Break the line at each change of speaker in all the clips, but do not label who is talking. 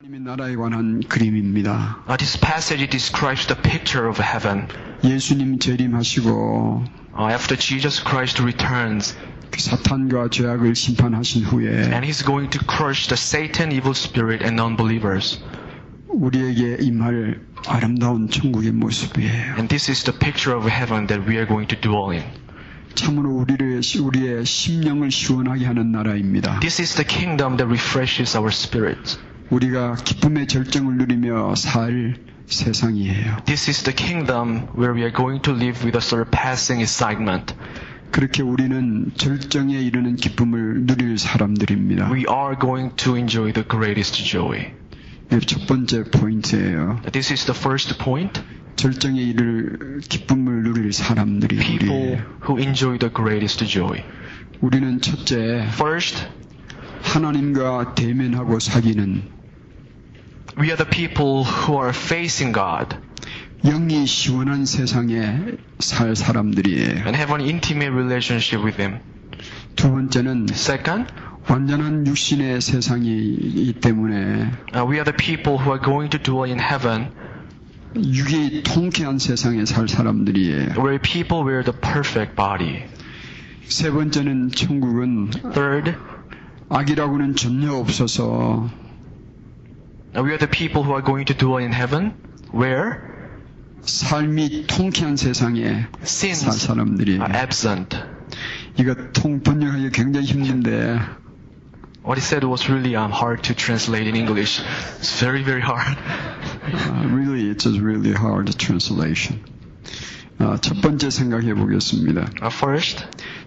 하나님의 나라에 관한 그림입니다.
Uh, this passage describes the picture of heaven
예수님 재림하시고
uh, after Jesus Christ returns
그 사탄과 죄악을 심판하신 후에
and he's going to crush the Satan, evil spirit, and unbelievers.
우리에게 임할 아름다운 천국의 모습이에요.
And this is the picture of heaven that we are going to dwell in.
참으로 우리를 우리의 심령을 시원하게 하는 나라입니다.
This is the kingdom that refreshes our spirit.
우리가 기쁨의 절정을 누리며 살 세상이에요.
This is the kingdom where we are going to live with a surpassing excitement.
그렇게 우리는 절정에 이르는 기쁨을 누릴 사람들입니다.
We are going to enjoy the greatest joy.
네, 첫 번째 포인트예요.
This is the first point.
절정에 이를 기쁨을 누릴 사람들이
People
우리예요.
who enjoy the greatest joy.
우리는 첫째
First,
하나님과 대면하고 사귀는
we are the people who are facing God
영이 시원한 세상에 살 사람들이에요.
and have an intimate relationship with Him.
두 번째는
Second,
완전한 육신의 세상이기 때문에
uh, we are the people who are going to dwell in heaven
육이 통쾌한 세상에 살 사람들이에요.
where people wear the perfect body.
세 번째는 천국은
Third,
악이라고는 전혀 없어서
uh, we are the people who are going to dwell in heaven where
삶이 통쾌한 세상에 살
sins
사람들이에요.
are absent.
이거 통 번역하기 굉장히 힘든데 아,
What he said was really um, hard to translate in English. It's very, very hard.
Uh, really, it's a really hard translation. 아, 첫 번째 생각해 보겠습니다.
Uh, first,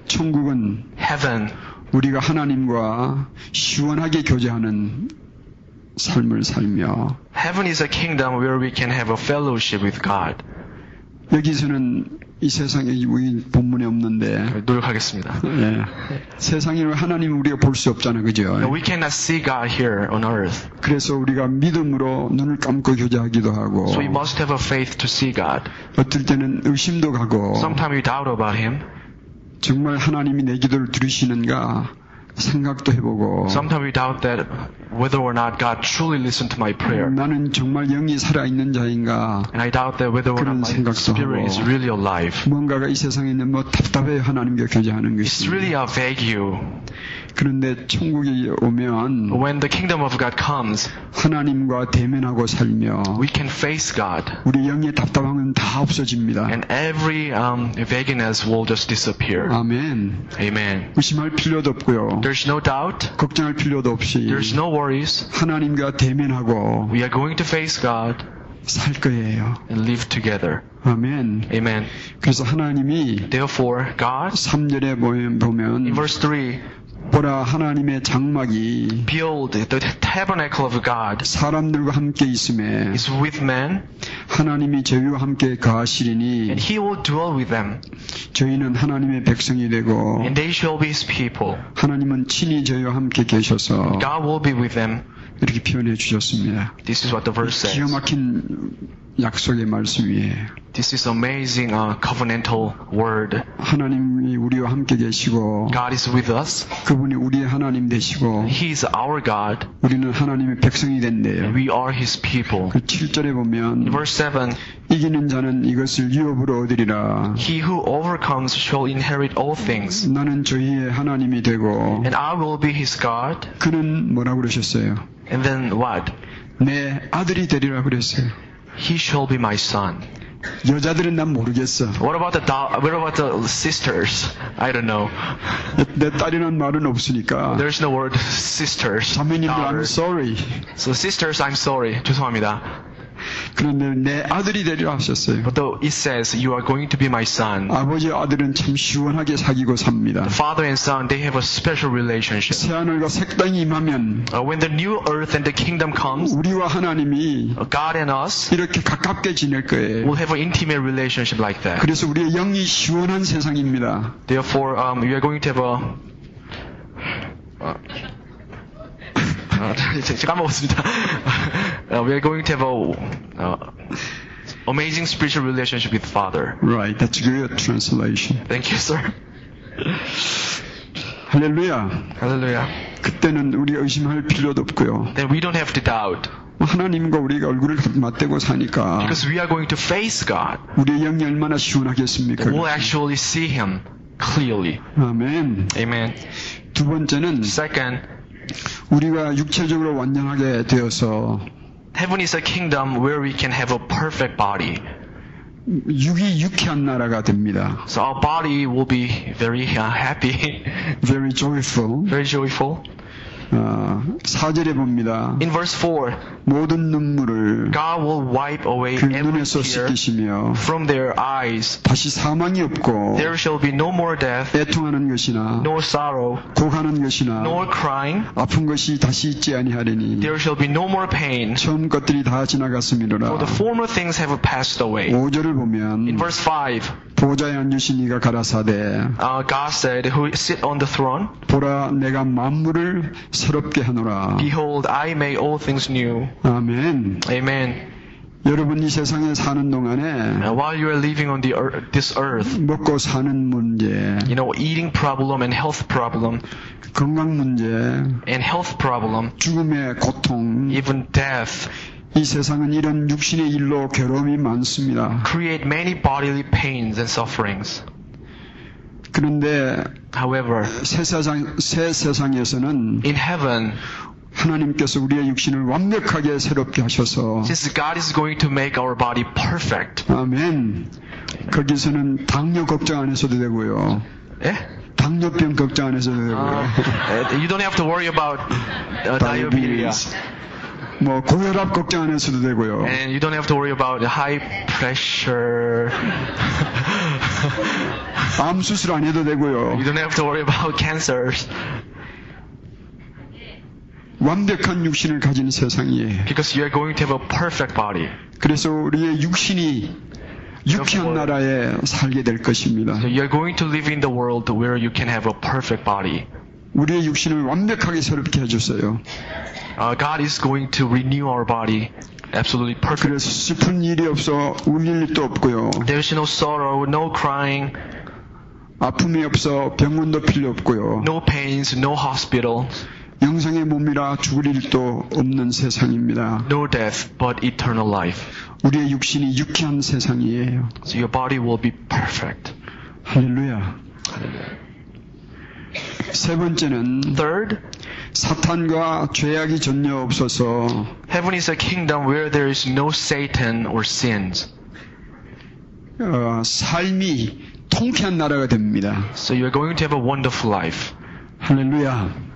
천국은
heaven.
우리가 하나님과 시원하게 교제하는 삶을 살며
Heaven is a kingdom where we can have a fellowship with God.
여기서는 이 세상에 우리 본문에 없는데
노력하겠습니다.
예. 세상에 하나님 우리가 볼 수 없잖아,
Now,
그죠?
we cannot see God here on earth,
그래서 우리가 믿음으로 눈을 감고 교제하기도 하고
so we must have a faith to see God.
어떨 때는 의심도 가고
Sometimes we doubt about Him.
정말 하나님이 내 기도를 들으시는가 생각도 해보고
Sometimes we doubt that whether or not God truly listened to my prayer,
나는 정말 영이 살아있는 자인가
and I doubt that whether or not my spirit is really alive.
뭔가가 이 세상에 있는 뭐 답답해요 하나님과 교제하는
It's
것이
really a vacuum.
그런데 천국에 오면
When the kingdom of God comes,
하나님과 대면하고 살며
we can face God,
우리 영의 답답함은 다 없어집니다
and every um, vagueness will just disappear.
아멘
Amen.
의심할 필요도 없고요
There's no doubt.
걱정할 필요도 없이
There's no worries.
하나님과 대면하고
We are going to face God
살 거예요
and live together.
아멘
Amen.
그래서 하나님이
Therefore, God,
3절에 보면
in verse 3,
보라 하나님의 장막이
build the tabernacle of God
사람들과 함께 있음에
is with men,
하나님이 저희와 함께
and
거하시리니
he will dwell with them,
저희는 하나님의 백성이 되고
and they shall be his people.
하나님은 친히 저희와 함께 계셔서
God will be with them.
이렇게 표현해 주셨습니다.
This is what the verse
기가
says.
막힌 약속의 말씀이에요.
This is amazing uh, covenantal word.
하나님이 우리와 함께 계시고
God is with us.
그분이 우리의 하나님 되시고
He is our God.
우리는 하나님의 백성이 된대요.
We are his people.
그 7절에
In
보면
verse 7,
이기는 자는 이것을 유업으로 얻으리라.
he who overcomes shall inherit all things,
나는 저희의 하나님이 되고
and I will be his God.
그는 뭐라고 그러셨어요?
And then what?
내 아들이 되리라 그랬어요.
He shall be my son.
여자들은 난 모르겠어.
What about the da- what about the sisters? I don't know.
내 딸이란 말은 없으니까.
There's no word sisters.
자매님들 I'm
daughters.
sorry.
So sisters, I'm sorry. 죄송합니다.
그런데 내 아들이 되리라 하셨어요.
But though it says you are going to be my son,
아버지 아들은 참 시원하게 사귀고 삽니다.
father and son, they have a special relationship.
새하늘과 색당이 임하면
Uh, when the new earth and the kingdom comes,
우리와 하나님이
uh, God and us
이렇게 가깝게 지낼 거예요.
will have an intimate relationship like that.
그래서 우리의 영이 시원한 세상입니다.
Therefore, um, we are going to have uh, a. 아, 아, 제- 제가 까먹었습니다. Uh, we are going to have a uh, amazing spiritual relationship with Father.
Right, that's good translation.
Thank you, sir.
할렐루야.
Hallelujah.
그때는 우리 의심할 필요도 없고요.
Then we don't have to doubt.
하나님과 우리가 얼굴을 맞대고 사니까
Because we are going to face God.
우리의 영이 얼마나 시원하겠습니까?
We'll actually see Him clearly.
아멘.
Amen.
두 번째는
Second,
우리가 육체적으로 완전하게 되어서
heaven is a kingdom where we can have a perfect body.
육이 유쾌한 나라가 됩니다.
So our body will be very uh, happy,
Very joyful.
very joyful.
아, 사절에 봅니다.
In verse 4,
모든 눈물을
God will wipe away
그
every
눈에서
tear
씻기시며
from their eyes.
다시 사망이 없고
There shall be no more death,
애통하는 것이나
nor sorrow,
고하는 것이나
nor crying.
아픈 것이 다시 있지 아니하리니
There shall be no more pain,
처음 것들이 다
for the
지나갔음이로라
former things have passed away.
5절을
In
보면
verse 5,
보좌에 앉으신 이가 가라사대
uh, God said, Who sit on the throne,
보라 내가 만물을 새롭게 하노라
behold, I make all things new.
아멘
Amen.
여러분 이 세상에 사는 동안에
Now, while you are living on the earth, this earth,
먹고 사는 문제
you know, eating problem and health problem
건강 문제
and health problem,
죽음의 고통
even death,
이 세상은 이런 육신의 일로 괴로움이 많습니다
create many bodily pains and sufferings.
그런데
However,
새 세상 새 세상에서는
in heaven,
하나님께서 우리의 육신을 완벽하게 새롭게 하셔서
since God is going to make our body perfect,
아멘. 거기서는 당뇨 걱정 안 했어도 되고요.
eh?
당뇨병 걱정 안 했어도 되고요.
Uh, you don't have to worry about uh,
Diabetes.
diabetes,
뭐 고혈압 걱정 안 했어도 되고요.
and you don't have to worry about high pressure.
암 수술 안 해도 되고요.
you don't have to worry about cancers
완벽한 육신을 가진 세상이에요.
because you are going to have a perfect body.
그래서 우리의 육신이 육현 나라에 살게 될 것입니다.
You are going to live in the world where you can have a perfect body.
우리의 육신을 완벽하게 새롭게 해주세요.
Uh, God is going to renew our body absolutely perfect.
그래서 슬픈 일이 없어 울 일도 없고요.
There's no sorrow, no crying,
아픔이 없어 병원도 필요 없고요.
no pains, no hospital,
영생의 몸이라 죽을 일도 없는 세상입니다.
no death, but eternal life.
우리의 육신이 유쾌한 세상이에요.
So your body will be perfect.
할렐루야. 세 번째는
Third,
사탄과 죄악이 전혀 없어서
heaven is a kingdom where there is no Satan or sins.
어, 삶이 통쾌한 나라가 됩니다.
So you're going to have a wonderful life.
할렐루야.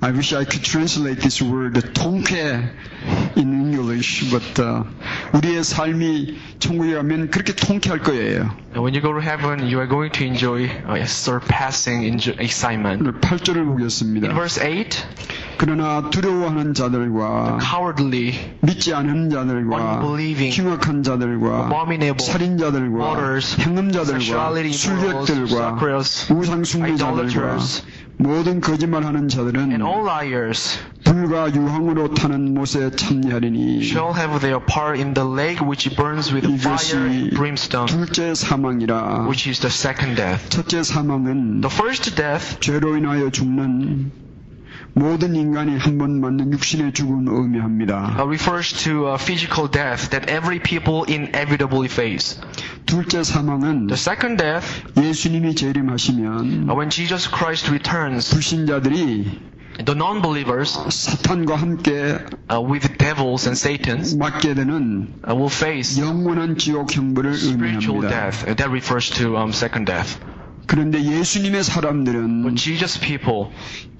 I wish I could translate this word 통쾌 in English, but uh, 우리의 삶이 천국에 가면 그렇게 통쾌할 거예요.
And when you go to heaven, you are going to enjoy a surpassing enjo- excitement.
8절을
In
보겠습니다.
verse 8,
그러나 두려워하는 자들과
cowardly,
믿지 않은 자들과
Unbelieving,
흉악한 자들과
abominable,
살인자들과
murderers,
행음자들과
sexuality, immorals,
술객들과
suckers,
우상 숭배자들과
idolaters,
모든 거짓말하는 자들은
and all liars
불과 유황으로 타는 못에 참여하리니
shall have their part in the lake which burns with fire
이것이
and brimstone,
둘째 사망이라
which is the second death.
첫째 사망은
The first death
죄로 인하여 죽는 모든 인간이 한 번 맞는 육신의 죽음을 의미합니다.
uh, refers to uh, physical death that every people inevitably face.
둘째 사망은
The second death,
예수님이 재림하시면
uh, when Jesus Christ returns,
불신자들이
the non-believers
사탄과 함께
uh, with devils and satans
맞게 되는
uh, will face
영원한 지옥 형벌을
spiritual
의미합니다.
death. Uh, that refers to um, second death.
그런데 예수님의 사람들은
But Jesus people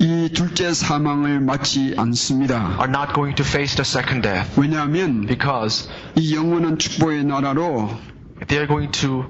이 둘째 사망을 맞지 않습니다.
are not going to face the second death
왜냐하면
because
이 영원한 축복의 나라로
they are going to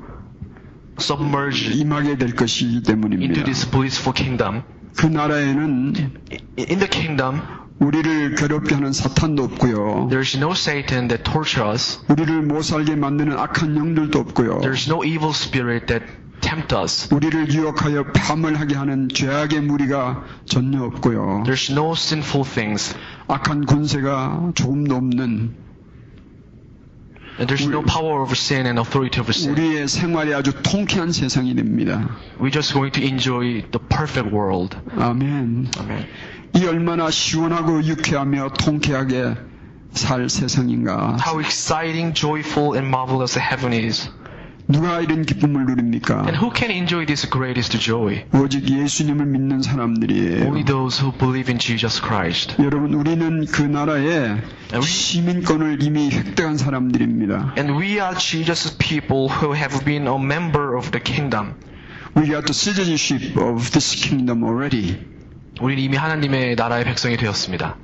submerge
임하게 될 것이기
into
때문입니다.
this blissful kingdom.
그 나라에는
I- In the kingdom,
우리를 괴롭게 하는 사탄도 없고요.
there is no Satan that tortures us.
우리를 못 살게 만드는 악한 영들도 없고요.
There is no evil spirit that tempt us.
우리를 유혹하여 폐함을 하게 하는 죄악의 무리가 전혀 없고요.
There's no sinful things.
악한 군세가 조금도 없는
And there's no power over sin and authority over sin.
우리의 생활이 아주 통쾌한 세상이 됩니다.
We're just going to enjoy the perfect world.
아멘.
Amen.
이 얼마나 시원하고 유쾌하며 통쾌하게 살 세상인가?
How exciting, joyful, and marvelous the heaven is.
누가 이런 기쁨을 누립니까?
And who can enjoy this greatest joy?
오직 예수님을 믿는 사람들이에요.
Only those who believe in Jesus Christ.
여러분, 우리는 그 나라의 시민권을 이미 획득한 사람들입니다.
And we are Jesus people who have been a member of the kingdom.
We got the citizenship of this kingdom already.
우리는 이미 하나님의 나라의 백성이 되었습니다.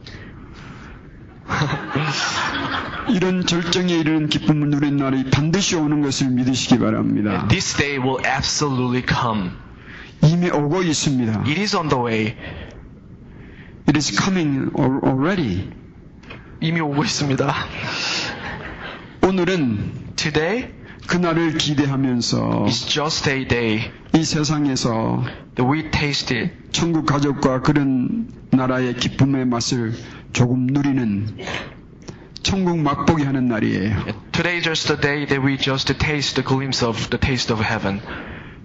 이런 절정에 이르는 기쁨을 누리는 날이 반드시 오는 것을 믿으시기 바랍니다.
This day will absolutely come.
이미 오고 있습니다.
It is on the way.
It is coming al- already.
이미 오고 있습니다.
오늘은
Today
그날을 기대하면서
is just a day
이 세상에서
that we tasted
천국 가족과 그런 나라의 기쁨의 맛을 조금 누리는 천국 맛보기 하는 날이에요.
Today is just the day that we just taste the glimpse of the taste of heaven.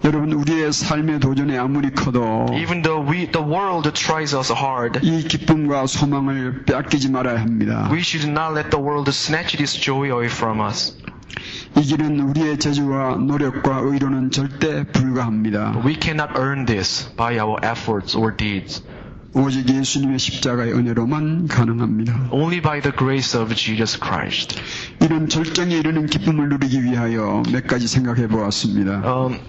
여러분 우리의 삶의 도전이 아무리 커도
Even though we, the world tries us hard,
이 기쁨과 소망을 빼앗기지 말아야 합니다.
we should not let the world snatch this joy away from us.
이 길은 우리의 재주와 노력과 의로는 절대 불가합니다.
We cannot earn this by our efforts or deeds.
오직 예수님의 십자가의 은혜로만 가능합니다.
Only by the grace of Jesus Christ.
이런 절정에 이르는 기쁨을 누리기 위하여 몇 가지 생각해 보았습니다.
Um,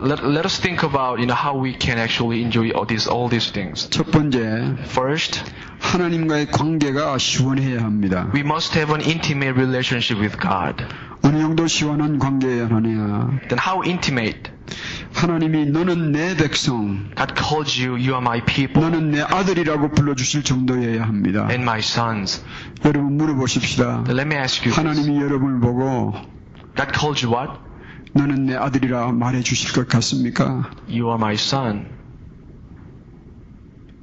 let, let us think about you know, how we can actually enjoy all these, all these things.
첫 번째,
First,
하나님과의 관계가 시원해야 합니다.
we must have an intimate relationship with God.
어느 정도 시원한 관계여야 하느냐.
Then how intimate?
하나님이 너는 내 백성,
God calls you, you are my people.
너는 내 아들이라고 불러주실 정도여야 합니다.
and my sons.
여러분 물어보십시다.
Let me ask you. This.
하나님이 여러분을 보고
God called you what?
너는 내 아들이라 말해 주실 것 같습니까?
You are my son.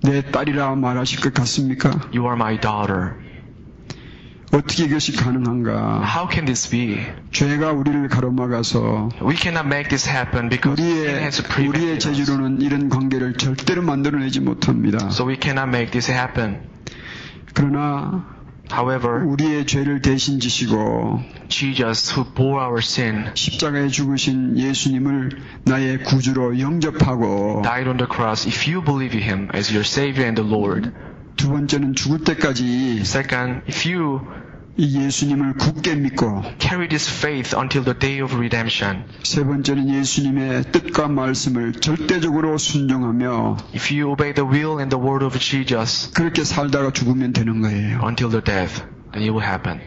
내 딸이라 말하실 것 같습니까?
You are my daughter.
어떻게 이것이 가능한가?
How can this be?
죄가 우리를 가로막아서
We cannot make this happen because it
우리의
has
우리의
prevented us.
재주로는 이런 관계를 절대로 만들어내지 못합니다.
So we cannot make this happen.
그러나
However,
우리의 죄를 대신 지시고
Jesus, who bore our sin,
십자가에 죽으신 예수님을 나의 구주로 영접하고
died on the cross. If you believe in Him as your Savior and the Lord,
두 번째는 죽을 때까지
second, if you
이 예수님을 굳게 믿고
carry this faith until the day of redemption,
세 번째는 예수님의 뜻과 말씀을 절대적으로 순종하며
if you obey the will and the word of Jesus
그렇게 살다가 죽으면 되는 거예요.
until the death, then it will happen.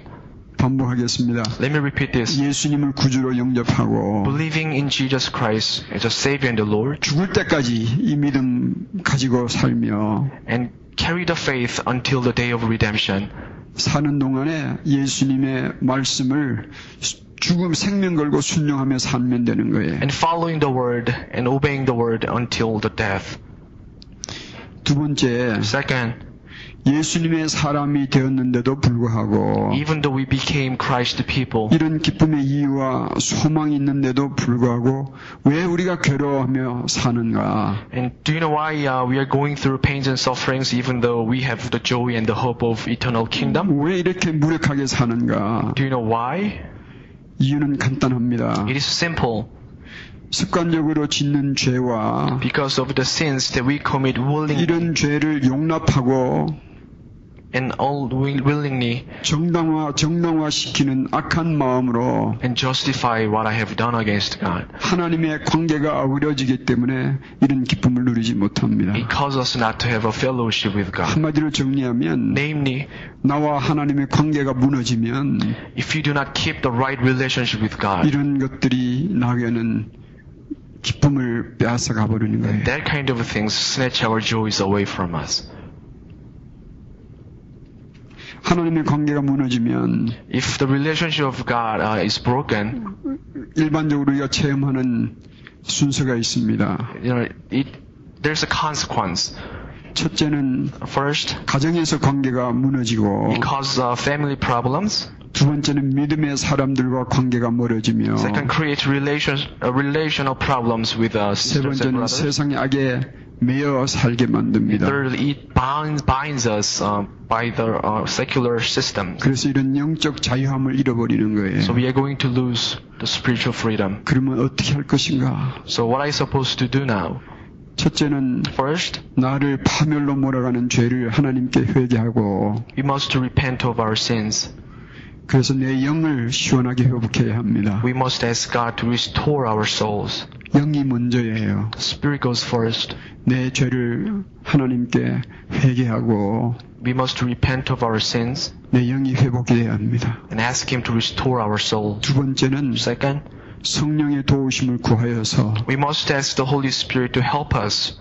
반복하겠습니다.
Let me repeat this.
예수님을 구주로 영접하고
believing in Jesus Christ as a Savior and the Lord,
죽을 때까지 이 믿음 가지고 살며
and carry the faith until the day of redemption.
사는 동안에 예수님의 말씀을 수- 죽음 생명 걸고 순종하며 살면 되는 거예요.
And following the word and obeying the word until the death.
두 번째,
Second,
예수님의 사람이 되었는데도 불구하고
even though we became Christ people,
이런 기쁨의 이유와 소망이 있는데도 불구하고 왜 우리가 괴로워하며 사는가?
and do you know why uh, we are going through pains and sufferings even though we have the joy and the hope of eternal kingdom?
왜 이렇게 무력하게 사는가?
Do you know why?
이유는 간단합니다.
It is simple.
습관적으로 짓는 죄와
Because of the sins that we commit willingly
이런 죄를 용납하고
and all will- willingly
정당화 정당화시키는 악한 마음으로
and justify what I have done against God.
하나님의 관계가 어우러지기 때문에 이런 기쁨을 누리지 못합니다.
It causes us not to have a fellowship with God.
한마디로 정리하면
네. Namely,
나와 하나님의 관계가 무너지면
if you do not keep the right relationship with God,
이런 것들이 나에게는 기쁨을 빼앗아 가버리는 거예요.
that kind of things snatch our joys away from us.
하나님의 관계가 무너지면
If the relationship of God uh, is broken,
일반적으로 우리가 체험하는 순서가 있습니다.
you know, it there's a consequence.
첫째는
First,
가정에서 관계가 무너지고
it causes uh, family problems.
두 번째는 믿음의 사람들과 관계가 멀어지며
Second, create relations, uh, relational problems with uh,
세
sisters
번째는
and brothers.
세상의 악에 매여 살게 만듭니다.
Thirdly, it binds, binds us um, by the uh, secular system.
그래서 이런 영적 자유함을 잃어버리는
So
거예요.
we are going to lose the spiritual freedom.
그러면 어떻게 할 것인가?
So what are you supposed to do now?
첫째는
First,
나를 파멸로 몰아가는 죄를 하나님께 회개하고
we must repent of our sins.
그래서 내 영을 시원하게 회복해야 합니다.
We must ask God to restore our souls.
영이 먼저예요.
Spirit goes first.
내 죄를 하나님께 회개하고
We must repent of our sins
내 영이 회복돼야 합니다.
and ask Him to restore our soul.
두 번째는
Second,
성령의 도우심을 구하여서
we must ask the Holy Spirit to help us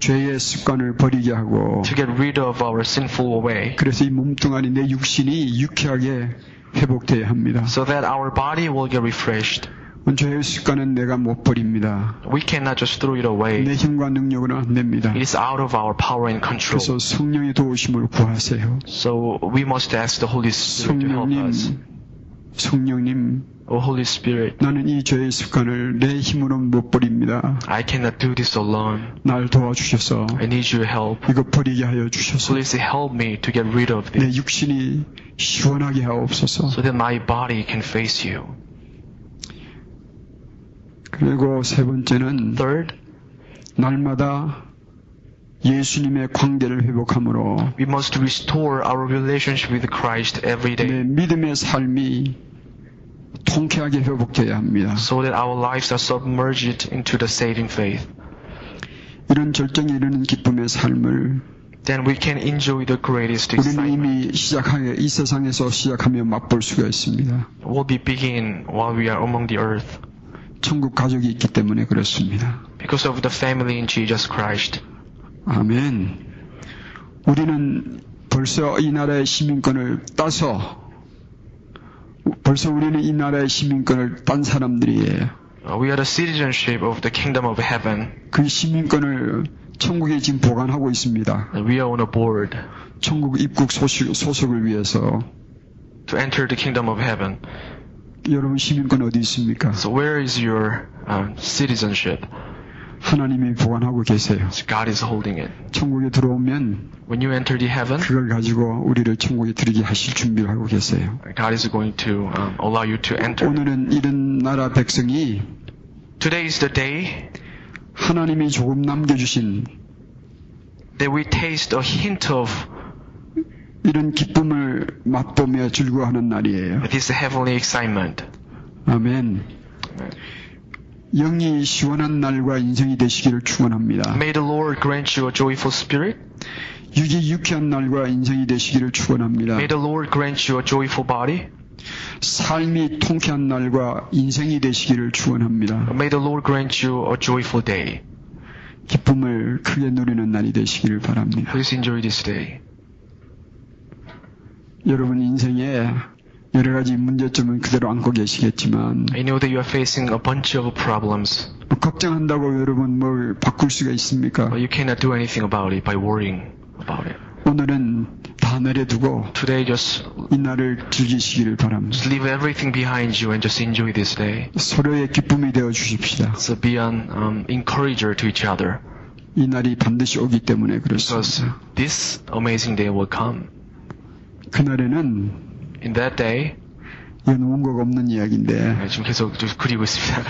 죄의 습관을 버리게 하고
to get rid of our sinful way
그래서 이 몸뚱아리 내 육신이 유쾌하게 회복돼야 합니다.
so that our body will get refreshed.
죄의 습관은 내가 못 버립니다.
We cannot just throw it away.
내 힘과 능력으로 안 됩니다.
It is out of our power and control.
그래서 성령의 도우심을 구하세요.
So we must ask the Holy Spirit to help
성령님,
us.
성령님,
Oh Holy Spirit,
나는 이 죄의 습관을 내 힘으로 못 버립니다.
I cannot do this alone.
날 도와주셔서
I need your help.
이거 버리게 하여 주셔서
Please help me to get rid of this
내 육신이 시원하게 하옵소서.
so that my body can face you.
그리고 세 번째는
Third,
날마다 예수님의 관계를 회복함으로
we must restore our relationship with Christ every
내
day
믿음의 삶이 통쾌하게 회복돼야 합니다.
so that our lives are submerged into the saving faith.
이런 절정에 이르는 기쁨의 삶을
Then we can enjoy the greatest
우리는
excitement.
이미 시작하게 이 세상에서 시작하며 맛볼 수가 있습니다.
What we begin while we are among the earth
천국 가족이 있기 때문에 그렇습니다.
because of the family in Jesus Christ.
아멘. 우리는 벌써 이 나라의 시민권을 따서 벌써 우리는 이 나라의 시민권을 딴 사람들이에요.
Uh, We are the citizenship of the kingdom of heaven.
그 시민권을 천국에 지금 보관하고 있습니다.
And we are on a board
천국 입국 소식, 소속을 위해서
to enter the kingdom of heaven.
여러분 시민권 어디 있습니까?
So where is your um, citizenship?
하나님이 보관하고 계세요.
So God is holding it.
천국에 들어오면
When you enter the heaven,
그걸 가지고 우리를 천국에 들이게 하실 준비를 하고 계세요.
God is going to um, allow you to enter.
오늘은 이런 나라 백성이
Today is the day
하나님이 조금 남겨주신
that we taste a hint of
이런 기쁨을 맛보며 즐거워하는 날이에요.
this heavenly excitement.
아멘. 영이 시원한 날과 인생이 되시기를 축원합니다.
May the Lord grant you a joyful spirit.
육이 유쾌한 날과 인생이 되시기를 축원합니다.
May the Lord grant you a joyful body.
삶이 통쾌한 날과 인생이 되시기를 축원합니다.
May the Lord grant you a joyful day.
기쁨을 크게 누리는 날이 되시기를 바랍니다.
Please enjoy this day.
여러분 인생에 여러 가지 문제점은 그대로 안고 계시겠지만
I know that you are facing a bunch of problems,
뭐 걱정한다고 여러분 뭘 바꿀 수가 있습니까?
but you cannot do anything about it by worrying about it.
오늘은 다 내려두고
Today, just
이 날을 즐기시기를 바랍니다.
just leave everything behind you and just enjoy this day.
서로의 기쁨이 되어 주십시다.
So be an um, encourager to each other,
이 날이 반드시 오기 때문에
because
그렇습니다.
this amazing day will come.
그날에는
In that day,
이건 원고가 없는 이야기인데
네, 지금 계속 좀 그리고 있습니다.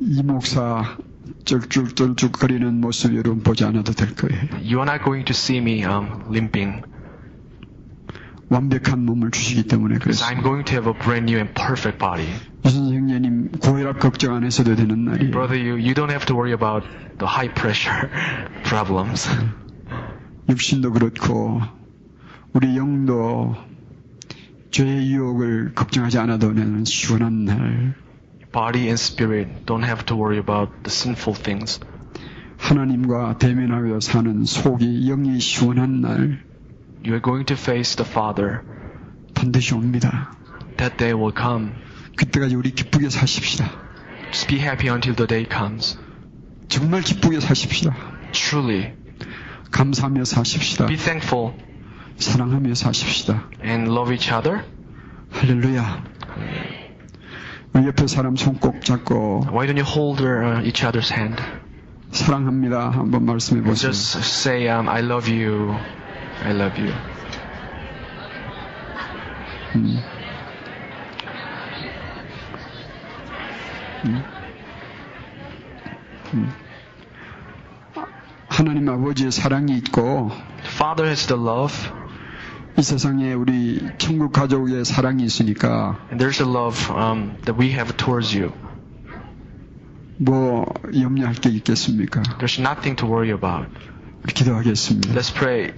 이 목사 쩔쭉쩔쭉 거리는 모습 여러분 보지 않아도 될 거예요.
you are not going to see me um, limping,
완벽한 몸을 주시기 때문에
because
그렇습니다.
I'm going to have a brand new and perfect body.
유선 형제님 고혈압 걱정 안 하셔도 되는 날이에요.
Brother, you, you don't have to worry about the high pressure problems.
육신도 그렇고 우리 영도 죄의 유혹을 걱정하지 않아도 되는 시원한 날
Body and spirit don't have to worry about the sinful things.
하나님과 대면하여 사는 속이 영이 시원한 날
You are going to face the Father.
반드시 옵니다.
That day will come.
그때까지 우리 기쁘게 사십시다.
Just be happy until the day comes.
정말 기쁘게 사십시다.
Truly,
감사하며 사십시다.
be thankful
사랑하며 사십시다.
and love each other.
할렐루야. 옆에 사람 손 꼭 잡고
Why don't you hold her, uh, each other's hand?
사랑합니다. 한번 말씀해 보세요.
Just say, um, I love you. I love you.
하나님 아버지의 사랑이 있고
Father is the love,
이 세상에 우리 천국 가족의 사랑이 있으니까
and there's the love um, that we have towards you.
뭐 염려할 게 있겠습니까?
There's nothing to worry about.
기도하겠습니다.
Let's pray.